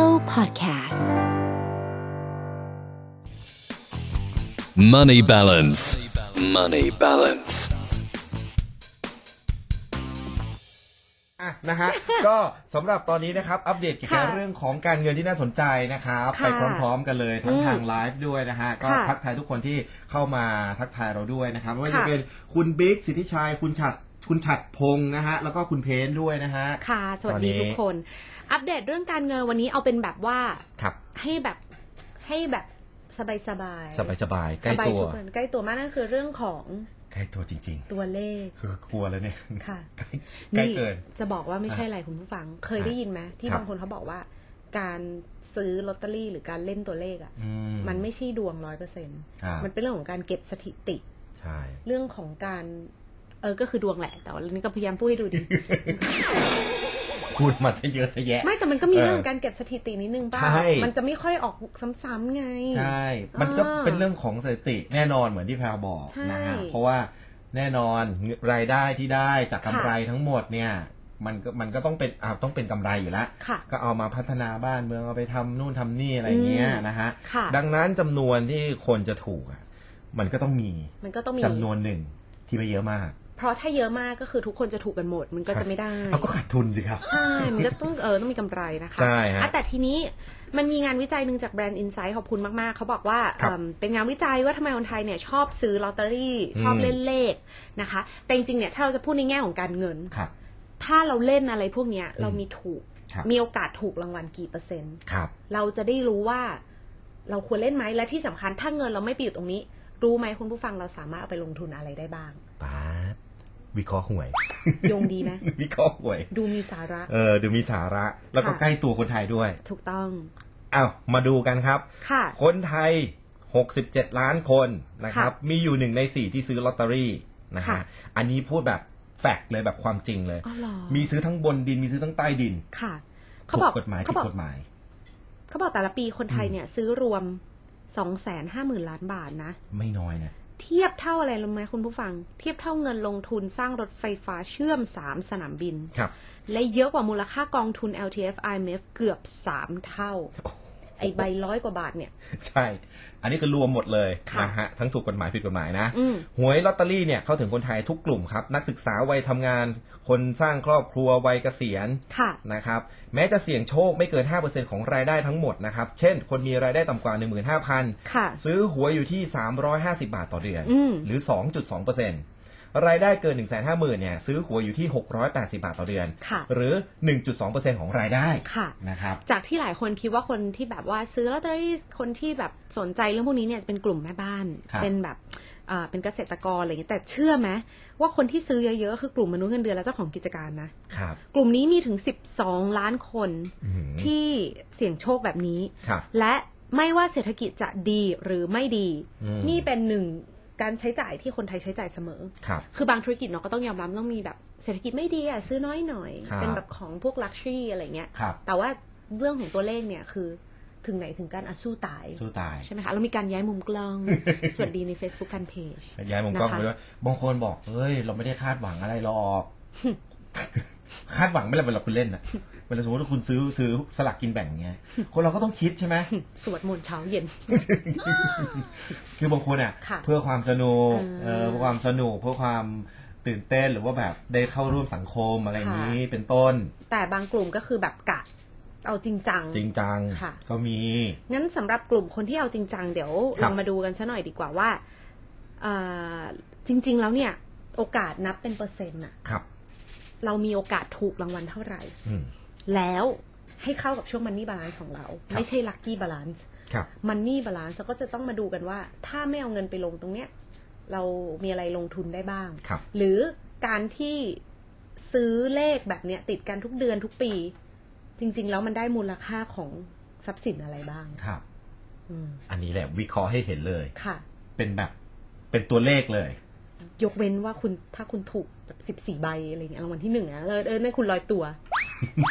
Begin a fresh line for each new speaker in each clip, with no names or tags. Podcasts.
Money balance. Money balance.
อ่ะนะฮะ ก็สำหรับตอนนี้นะครับ อัปเดตเกี่ยวกับ
ค่ะ
เรื่องของการเงินที่น่าสนใจนะครับ
ค่ะ
ไปพร้อมๆกันเลยทั้ง
อืม
ทางไลฟ์ด้วยนะฮะ ก็
ค่ะ
ทักทายทุกคนที่เข้ามาทักทายเราด้วยนะครับไม่ว่า
ค่ะ
จะเป็นคุณบิ๊กสิทธิชัย คุณฉัดคุณฉัดพงษ์นะฮะ แล้วก็คุณเพนด้วยนะฮะ
ค่ะ สวัส
ต
ดี
อนนี้
ทุกคน อัปเดตเรื่องการเงินวันนี้เอาเป็นแบบว่า
ครับ
ให้แบบให้แบบสบายสบาย
สบายๆใกล้
สบาย
ตัว
ทุกคนใกล้ตัวมากนั่นคือเรื่องของ
ใกล้ตัวจริง
ตัวเลข
ๆ คือกลัวแล้วเนี่ย
ค่ะ
ใกล้ใกล้เกิน
จะบอกว่าไม่ใช่อะไรคุณผู้ฟัง เคยได้ยินไหมที่
ครับ
บางคนเขาบอกว่า การซื้อลอตเตอรี่หรือการเล่นตัวเลขอ่ะ
อื
มันไม่ใช่ดวงร้อยเปอร์เซ็นต์
อ่า
มันเป็นเรื่องของการเก็บสถิติ
ใช่
เรื่องของการ เออก็คือดวงแหละ แต่ว่าอันนี้ก็พยายามพูดให้ดูดี
พูดมาซะเยอะซะแยะ
ไม่แต่มันก็มี
เออ
เรื่องของการเก็บสถิตินิดนึงป่ะ
ใช่
มันจะไม่ค่อยออกซ้ำๆไง
ใช่ มันก็
อ่า
เป็นเรื่องของสถิติแน่นอนเหมือนที่แพรวบอก
ใช่
นะฮะ เพราะว่าแน่นอนรายได้ที่ได้จากกำไรทั้งหมดเนี่ย มันก็มันก็ต้องเป็นอ่าต้องเป็นกำไรอยู่แล้ว
ค่ะ
ก็เอามาพัฒนาบ้านเมืองเอาไปทำนู่นทำนี่อะไรเงี้ย
อืม
นะฮะ
ค่ะ
ดังนั้นจำนวนที่คนจะถูกอ่ะ มันก็ต้องมี
มันก็ต้องมี
จำนวนหนึ่งที่ไม่เยอะมาก
เพราะถ้าเยอะมากก็คือทุกคนจะถูกกันหมด มันก็จะไม่ได้
เอาก็ขาดทุนสิครับ
ใช่ มันก็ต้องเออต้องมีกำไรนะคะ
ใช่ฮะ
อ่ะแต่ทีนี้มันมีงานวิจัยหนึ่งจากแบรนด์ Insight ขอบคุณมาก ๆ เขาบอกว่า
ครับ
เอิ่มเป็นงานวิจัยว่าทำไมคนไทยเนี่ยชอบซื้อลอตเตอรี่ชอบ
อืม
เล่นเลขนะคะ แต่จริงๆเนี่ยถ้าเราจะพูดในแง่ของการเงิน
ครับ
ถ้าเราเล่นอะไรพวกเนี้ยเรามีถูก
ครับ
มีโอกาสถูกรางวัลกี่เปอร์เซ็นต์
ครับ
เราจะได้รู้ว่าเราควรเล่นไหมและที่สำคัญถ้าเงินเราไม่ไปอยู่ตรงนี้ รู้ไหมคุณผู้ฟังเราสามารถเอาไปลงทุนอะไรได้บ้าง
ป๊าดวิเคราะห์หวย
โยงดีไหม
วิเคราะห์หวย
ดูมีสาระ
เออดูมีสาระ แล้วก็
ค่ะ
ใกล้ตัวคนไทยด้วย
ถูกต้อง
อ้าวมาดูกันครับ
ค่ะ
คนไทย 67 ล้านคนนะครับ มีอยู่หนึ่งในสี่ที่ซื้อลอตเตอรี่นะ
ค่ะ
ฮะอันนี้พูดแบบแฟกต์เลยแบบความจริงเลย
อ๋อเหรอ
มีซื้อทั้งบนดินมีซื้อทั้งใต้ดิน
ค่ะ
ถู
เขาบอก
กกฎหมาย
เขา
ผิด
บอก
กฎหมาย
เขาบอกแต่ละปีคนไทยเนี่ย ซื้อรวมสองแสนห้าหมื่นล้านบาทนะ
ไม่น้อยนะ
เทียบเท่าอะไรรู้ไหมคุณผู้ฟัง เทียบเท่าเงินลงทุนสร้างรถไฟฟ้าเชื่อมสามสนามบิน
ครับ
และเยอะกว่ามูลค่ากองทุน LTF IMF เกือบสามเท่า ไอใบร้อยกว่าบาทเนี่ย
ใช่ อันนี้คือรวมหมดเลย
ค่ะ
นะฮะทั้งถูกกฎหมายผิดกฎหมายนะ
อืม
หวยลอตเตอรี่เนี่ยเข้าถึงคนไทยทุกกลุ่มครับ นักศึกษาวัยทำงาน คนสร้างครอบครัววัยเกษียณ
ค่ะ
นะครับ แม้จะเสี่ยงโชคไม่เกิน 5%ของรายได้ทั้งหมดนะครับ เช่น คนมีรายได้ต่ำกว่า 15,000
ค่ะ
ซื้อหวยอยู่ที่ 350 บาทต่อเดือน
อืม
หรือ 2.2%รายได้เกิน 1 5 0 0 0 0เนี่ยซื้อหวยอยู่ที่ 680 บาทต่อเดือน
ค่ะ
หรือ 1.2%ของรายได้
ค่ะ
นะครับ
จากที่หลายคนคิดว่าคนที่แบบว่าซื้อลอตเตอรี่คนที่แบบสนใจเรื่องพวกนี้เนี่ยจะเป็นกลุ่มแม่บ้าน
ครับ
เป็นแบบเอ่อเป็นเกษตรกรอะไรอย่างเงี้ยแต่เชื่อไหมว่าคนที่ซื้อเยอะๆ คือกลุ่มมนุษย์เงินเดือนและเจ้าของกิจการนะ
ครับ
กลุ่มนี้มีถึง 12 ล้านคน
อื้อหือ
ที่เสี่ยงโชคแบบนี้
ครับ
และไม่ว่าเศรษฐกิจจะดีหรือไม่ดี
อืม
นี่เป็นหนึ่งการใช้จ่ายที่คนไทยใช้จ่ายเสมอ
ครับ
คือบางธุรกิจเนาะก็ต้องยอมรับต้องมีแบบเศรษฐกิจไม่ดีอ่ะซื้อน้อยหน่อย
ครับ
เป็นแบบของพวกลักชัวรี่อะไรเงี้ย
ครับ
แต่ว่าเรื่องของตัวเลขเนี่ยคือถึงไหนถึงการอะสู้ตาย
สู้ตาย
ใช่ไหมคะ เรามีการย้ายมุมกล้อง สวัสดีใน Facebook Fan Page
ย้ายมุมกล้องไป
นะคะ
ด้วยบางคนบอกเฮ้ย เราไม่ได้คาดหวังอะไรหรอก คาดหวังไม่ได้เวลาคุณเล่นนะเวลาสมมติว่าคุณซื้อซื้อสลากกินแบ่งเงี้ย คนเราก็ต้องคิดใช่ไหม
สวดมนต์เช้าเย็น
คือบางคนอ่ะ
ค่ะ
เพื่อความสนุก
อ่า
เออเพื่อความสนุกเพื่อความตื่นเต้นหรือว่าแบบได้เข้าร่วมสังคมอะไรอย่าง
ค่ะ
นี้เป็นต้น
แต่บางกลุ่มก็คือแบบกะ เอาจริงจัง
จริงจัง
ค่ะ
ก็มี
งั้นสำหรับกลุ่มคนที่เอาจริงจังเดี๋ยว
ครับ
ลองมาดูกันซะหน่อยดีกว่าว่าเอ่อจริง ๆ แล้วเนี่ย โอกาสนับเป็นเปอร์เซ็นต์อะ
ครับ
เรามีโอกาสถูกรางวัลเท่าไหร่
อืม
แล้วให้เข้ากับช่วงมันนี่บาลานซ์ของเรา
ครับ
ไม่ใช่ลัคกี้บาลานซ์
ครับ
มันนี่บาลานซ์ก็จะต้องมาดูกันว่า ถ้าไม่เอาเงินไปลงตรงเนี้ย เรามีอะไรลงทุนได้บ้าง
ครับ
หรือการที่ซื้อเลขแบบเนี้ยติดกันทุกเดือนทุกปี จริง ๆ แล้วมันได้มูลค่าของทรัพย์สินอะไรบ้าง
ครับ
อืม
อันนี้แหละวิเคราะห์ให้เห็นเลย
ค่ะ
เป็นแบบ เป็นตัวเลขเลย
ยกเว้นว่าคุณถ้าคุณถูกแบบสิบสี่ใบอะไรเงี้ยรางวัลที่หนึ่งอะเออเออนั่นคุณลอยตัว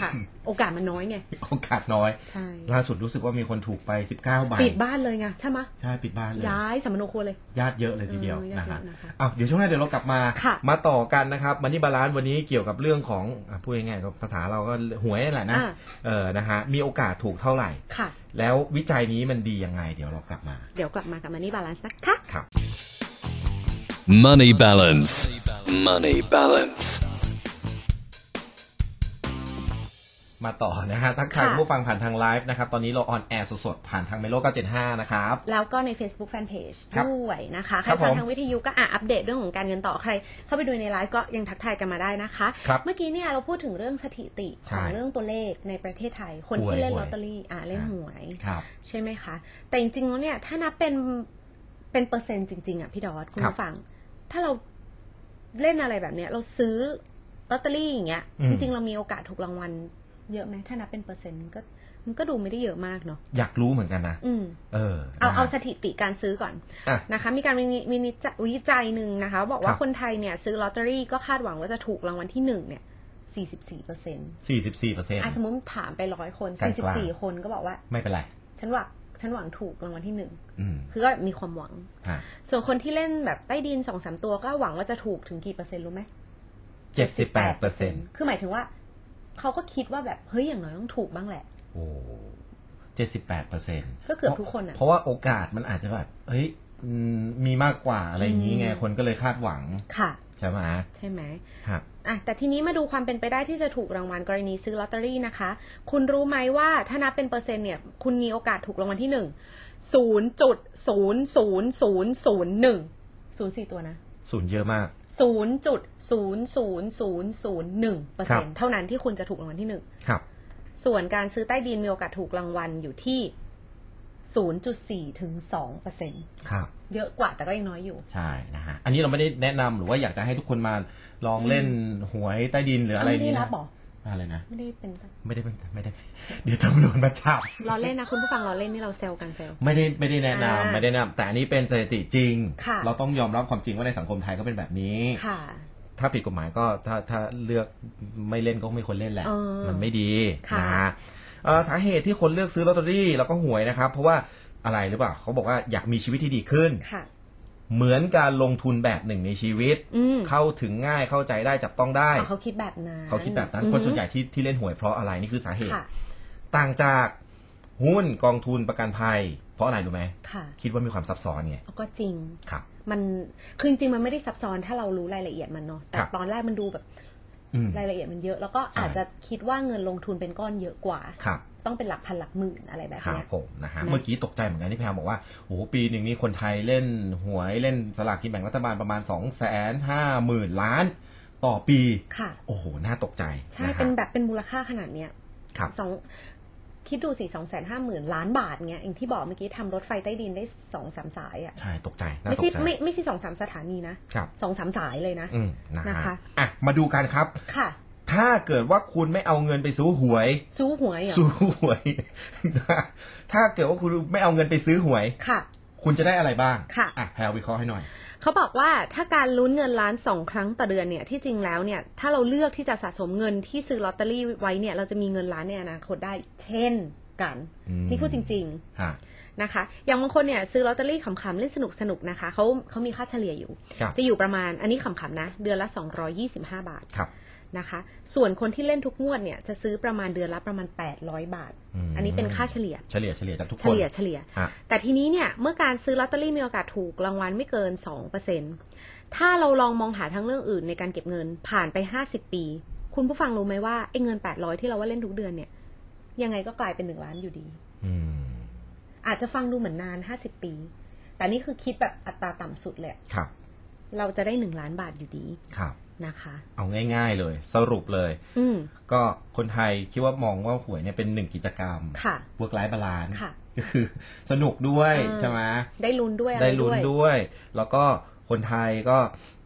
ค่ะ โอกาสมันน้อยไง
โอกาสน้อย
ใช่
ล่าสุดรู้สึกว่ามีคนถูกไป 19ใบ
ปิดบ้านเลยไงใช่ไหมะ
ใช่ปิดบ้านเลย
ย้ายสำมโนครัวเลย
ญาติเยอะเลยทีเดียว
เออญา
นะ
ติเยอะ
ฮะ
นะคะ
อ้าวเดี๋ยวช่วงหน้าเดี๋ยวเรากลับมา
ค่ะ
มาต่อกันนะครับมันนี่บาลานซ์วันนี้เกี่ยวกับเรื่องของอ่ะพูดง่ายๆก็ภาษาเราก็หวยนั่นแหละนะ
อ่า
เออนะฮะมีโอกาสถูกเท่าไหร่
ค่ะ
แล้ววิจัยนี้มันดียังไง เดี๋ยวเรากลับมา
เดี๋ยวกลับมากับมันนี่บาลานซ์นะคะ
ครับ
Money balance. Money balance.
มาต่อนะฮะทักทาย
ค่ะ
ผู้ฟังผ่านทางไลฟ์นะครับตอนนี้เราออนแอร์สดๆผ่านทางเมโล975 นะครับ
แล้วก็ใน Facebook Fanpage
ครับ
ด้วยนะคะ
ค
ใคร
รับ
ฟัง
ผม
ทางวิทยุก็อ่ะอัปเดตเรื่องของการเงินต่อใคร เข้าไปดูในไลฟ์ก็ยังทักทายกันมาได้นะคะ
ครับ
เมื่อกี้เนี่ยเราพูดถึงเรื่องสถิติ
ใช่
ของเรื่องตัวเลขในประเทศไทย คน
หวย
ที่เล่น
หวย
ลอตเตอรี่อ่ะเล่นหวย
ครับ
ใช่ไหมคะ แต่จริงๆแล้วเนี่ย ถ้านับเป็นเป็นเปอร์เซ็นต์จริง ๆ อ่ะ พี่ดอทคุณ
ครับ
ผู้ฟัง ถ้าเราเล่นอะไรแบบเนี้ย เราซื้อลอตเตอรี่อย่างเงี้ย
อืม
จริง ๆ เรามีโอกาสถูกรางวัลเยอะไหมถ้านับเป็นเปอร์เซ็นต์มันก็มันก็ดูไม่ได้เยอะมากเนาะ
อยากรู้เหมือนกันนะ
อืม
เออ
เอา
นะฮะ
เอาสถิติการซื้อก่อน
อ่ะ
นะคะมีการวินิวินิจฉัยวิจัยหนึ่งนะคะ บอกว่า
ครับ
คนไทยเนี่ย ซื้อลอตเตอรี่ก็คาดหวังว่าจะถูกรางวัลที่หนึ่งเนี่ย 44เปอร์เซ็นต์
44เปอร์เซ็นต์
อ่ะสมมติถามไปร้อยคน
กลางๆ
44 คนก็บอกว่า
ไม่เป็นไร
ฉันหวังฉันหวังถูกรางวัลที่หนึ่ง
อืม
คือก็มีความหวัง
อ่ะ
ส่วนคนที่เล่นแบบใต้ดินสองสามตัวก็หวังว่าจะถูกถึงกี่เปอร์เซ็นต์รู้ไหม
78เปอร์เซ็นต์
คือหมายถึงว่า เขาก็คิดว่าแบบเฮ้ยอย่างน้อยต้องถูกบ้างแหละ
โอ้เจ็ดสิบแปดเปอร์เซ็นต์
ก็เกือบทุกคนอะ
เพราะว่าโอกาสมันอาจจะแบบ เฮ้ยอืมมีมากกว่าอะไรอย่างนี้ไง
อืม
คนก็เลยคาดหวัง
ค่ะ
ใช่ไหม
ใช่ไหม
ฮะ
อ่ะแต่ทีนี้มาดูความเป็นไปได้ที่จะถูกรางวัลกรณีซื้อลอตเตอรี่นะคะ คุณรู้ไหมว่าถ้านับเป็นเปอร์เซ็นต์เนี่ย คุณมีโอกาสถูกรางวัลที่หนึ่งศูนย์จุดศูนย์ศูนย์ศูนย์ศูนย์หนึ่งศูนย์สี่ตัวนะ
ศูนย์เยอะมาก
ศูนย์จุดศูนย์ศูนย์ศูนย์ศูนย์หนึ่งเปอร์
ครั
เซ็น
บ
ต์เท่านั้นที่คุณจะถูกรางวัลที่หนึ่ง
ครับ
ส่วนการซื้อใต้ดินมีโอกาสถูกรางวัลอยู่ที่ศูนย์จุดสี่ถึงสองเปอร์เซ็นต์
ครับ
เยอะกว่าแต่ก็ยังน้อยอยู่
ใช่นะฮะ อันนี้เราไม่ได้แนะนำหรือว่าอยากจะให้ทุกคนมาลองเล่นหวยใต้ดินหรืออะไร
ไม่ได้
นี้
รั
นะ
บหรอ
อะไรนะ
ไม่ได้เป็น
ไม่ได้ไม่ไม่ได้ เดี๋ยวตำรวจมาจับ
ล้อเล่นนะคุณผู้ฟังล้อเล่นนี่เราแซวกันแซว
ไม่ได้ไม่ได้แนะนำ
อ่า
ไม่ได้แนะนำแต่อันนี้เป็นสถิติจริง
ค่ะ
เราต้องยอมรับความจริงว่าในสังคมไทยก็เป็นแบบนี้
ค่ะ
ถ้าผิดกฎหมายก็ถ้าถ้าเลือกไม่เล่นก็ไม่ควรเล่นแหละ
เออ
มันไม่ดี
ค่ะ
นะฮะเอ่อสาเหตุที่คนเลือกซื้อลอตเตอรี่แล้วก็หวยนะครับ เพราะว่าอะไรหรือเปล่าเขาบอกว่าอยากมีชีวิตที่ดีขึ้น
ค่ะ
เหมือนการลงทุนแบบหนึ่งในชีวิต
อืม
เข้าถึงง่ายเข้าใจได้จับต้องได้
อ่ะเขาคิดแบบนั้น
เขาคิดแบบนั้น
อือ
ค
ฮึ
นส่วนใหญ่ที่ที่เล่นหวยเพราะอะไรนี่คือสาเหตุ
ค่ะ
ต่างจากหุ้นกองทุนประกันภัย เพราะอะไรรู้ไหม
ค่ะ
คิดว่ามีความซับซ้อนไง
เอาก็จริง
ครับ
มันคือจริงๆมันไม่ได้ซับซ้อนถ้าเรารู้รายละเอียดมันเนาะ แต่
ครับ
ตอนแรกมันดูแบบ
อืม
รายละเอียดมันเยอะ แล้วก็
ใช่
อาจจะคิดว่าเงินลงทุนเป็นก้อนเยอะกว่า
ครับ
ต้องเป็นหลักพันหลักหมื่นอะไรแบบ
ครับ
เนี้ย
ผมนะฮะ
นะ
เมื่อกี้ตกใจเหมือนกันที่แพรบอกว่าโอ้โหปีหนึ่งนี่คนไทยเล่นหวยเล่นสลากกินแบ่งรัฐบาลประมาณ2องแสนห้าหมื่นล้าน ต่อปี
ค่ะ
โอ้โห น่าตกใจ
ใช่
ะฮะ
เป็นแบบเป็นมูลค่าขนาดเนี้ย
ครับ
สองคิดดูสิสองแสนห้าหมื่นล้านบาทเงี้ย อย่างที่บอกเมื่อกี้ทำรถไฟใต้ดินได้สองสามสายอ่ะ
ใช่ตกใจน่า
ไม่
ต
ใช่
กใจ
ไม่ไม่ใช่สองสามสถานีนะครับ สองสามสายเลยนะ
อืมนะ
นะ
ฮะ
คะ
อ่ะมาดูกันครับ
ค่ะ
ถ้าเกิดว่าคุณไม่เอาเงินไปซื้อหวย
ซู้หวยเหรอ
ซื้อหวย ถ้าเกิดว่าคุณไม่เอาเงินไปซื้อหวย
ค่ะ
คุณจะได้อะไรบ้าง
ค่ะ
อ่ะแพรวิเคราะห์ให้หน่อย
เขาบอกว่าถ้าการลุ้นเงินล้านสองครั้งต่อเดือนเนี่ยที่จริงแล้วเนี่ยถ้าเราเลือกที่จะสะสมเงินที่ซื้อลอตเตอรี่ไว้เนี่ยเราจะมีเงินล้านในอนาคตได้เช่นกัน
อืม
นี่พูดจริง
ฮะ
ๆนะคะ อย่างบางคนเนี่ยซื้อลอตเตอรี่ขำๆเล่นสนุกๆนะคะเขาเขามีค่าเฉลี่ยอยู่
ครับ
จะอยู่ประมาณอันนี้ขำๆนะ เดือนละ 225 บาท
ครับ
นะคะ ส่วนคนที่เล่นทุกงวดเนี่ยจะซื้อประมาณเดือนละประมาณ 800 บาท
อืม
อันนี้เป็นค่าเฉลี่ย
เฉลี่ยเฉลี่ยจากทุกคน
เฉลี่ยเฉลี่ย
ฮะ
แต่ทีนี้เนี่ย เมื่อการซื้อลอตเตอรี่มีโอกาสถูกรางวัลไม่เกิน 2%ถ้าเราลองมองหาทางเรื่องอื่นในการเก็บเงินผ่านไป 50 ปี คุณผู้ฟังรู้ไหมว่าไอ้เงิน 800 ที่เราว่าเล่นทุกเดือนเนี่ย ยังไงก็กลายเป็น 1 ล้านอยู่ดี
อืม
อาจจะฟังดูเหมือนนาน 50 ปี แต่นี่คือคิดแบบอัตราต่ำสุดเลยอะ
ครับ
เราจะได้ 1 ล้านบาทอยู่ดี
ครับ
นะคะ
เอาง่าย ๆ เลย สรุปเลย
อืม
ก็คนไทยคิดว่ามองว่าหวยเนี่ยเป็นหนึ่งกิจกรรม
ค่ะ
work life balance
ค่ะ
ก็คือสนุกด้วย
อ่า
ใช่ไหม
ได้ลุ้นด้วยอะไร
ได้
ด้
ลุ้น
วย
ด้วย แล้วก็คนไทยก็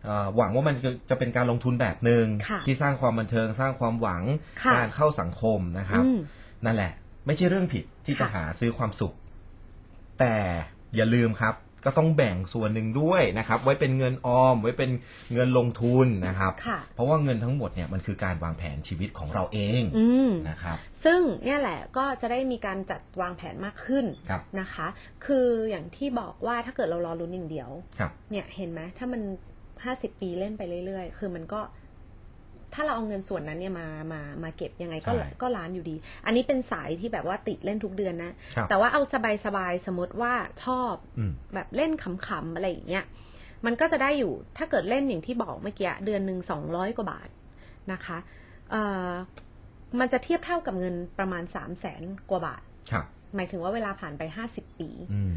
เอ่อหวังว่ามันจะจะเป็นการลงทุนแบบหนึ่ง
ค่ะ
ที่สร้างความบันเทิงสร้างความหวัง
ค่ะ
การเข้าสังคมนะครับ
อืม
นั่นแหละ ไม่ใช่เรื่องผิดที่จะ
ค่ะ
หาซื้อความสุข แต่อย่าลืมครับ ก็ต้องแบ่งส่วนหนึ่งด้วยนะครับ ไว้เป็นเงินออม ไว้เป็นเงินลงทุนนะครับ
ค่ะ
เพราะว่าเงินทั้งหมดเนี่ยมันคือการวางแผนชีวิตของเราเอง
อืม
นะครับ
ซึ่งเนี่ยแหละก็จะได้มีการจัดวางแผนมากขึ้น
ครับ
นะคะ คืออย่างที่บอกว่าถ้าเกิดเรารอลุ้นอย่างเดียว
ครับ
เนี่ยเห็นไหมถ้ามันห้าสิบปีเล่นไปเรื่อยๆ คือมันก็ ถ้าเราเอาเงินส่วนนั้นเนี่ยมามามาเก็บยังไงก็
ใช่
ก็ล้านอยู่ดี อันนี้เป็นสายที่แบบว่าติดเล่นทุกเดือนนะ
ครับ
แต่ว่าเอาสบายๆ สมมติว่าชอบ
อืม
แบบเล่นขำๆอะไรอย่างเงี้ย มันก็จะได้อยู่ ถ้าเกิดเล่นอย่างที่บอกเมื่อกี้เดือนหนึ่งสองร้อยกว่าบาทนะคะเอ่อมันจะเทียบเท่ากับเงินประมาณสามแสนกว่าบาท
ครับ
หมายถึงว่าเวลาผ่านไปห้าสิบปี
อืม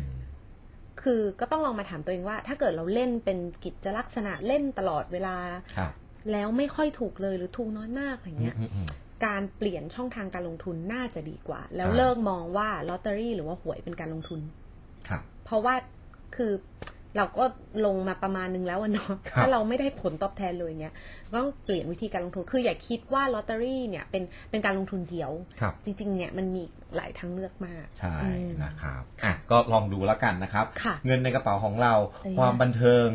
คือก็ต้องลองมาถามตัวเองว่า ถ้าเกิดเราเล่นเป็นกิจลักษณะเล่นตลอดเวลา
ครับ
แล้วไม่ค่อยถูกเลยหรือถูกน้อยมากอย่างเงี้ย
อืมอืม
การเปลี่ยนช่องทางการลงทุนน่าจะดีกว่า แล้ว
ใช่
เลิกมองว่าลอตเตอรี่หรือว่าหวยเป็นการลงทุน
ครับ
เพราะว่าคือเราก็ลงมาประมาณนึงแล้วอะเนาะ
ครับ
ถ้าเราไม่ได้ผลตอบแทนเลยเงี้ยก็ต้องเปลี่ยนวิธีการลงทุนคืออย่าคิดว่าลอตเตอรี่เนี่ยเป็นเป็นการลงทุนเดียว
ครับ
จริงๆเนี่ยมันมีหลายทางเลือกมาก
ใช่
อืม
นะครับอ่ะก็ลองดูแล้วกันนะครับ
ค่ะ
เงินในกระเป๋าของเรา
เออ
ความบันเทิง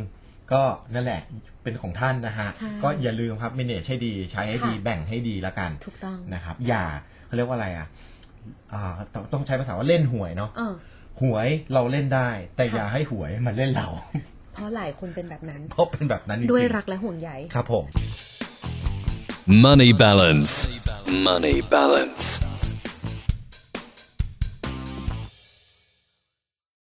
ก็นั่นแหละเป็นของท่านนะฮะ
ใช่
ก็อย่าลืมครับ manage ให้ดีใช้ให้ดี
ค่ะ
แบ่งให้ดีแล้วกัน
ถูกต้อง
นะครับ อย่าเขาเรียกว่าอะไรอ่ะอ่าต้องต้องใช้ภาษาว่าเล่นหวยเนาะ
เออ
หวยเราเล่นได้ แต่
ค่ะ
อย่าให้หวยมันเล่นเรา
เพราะหลายคนเป็นแบบนั้น
เพราะเป็นแบบนั้นจริงๆ
ด้วยรักและห่วงใย
ครับผม
Money balance. Money balance.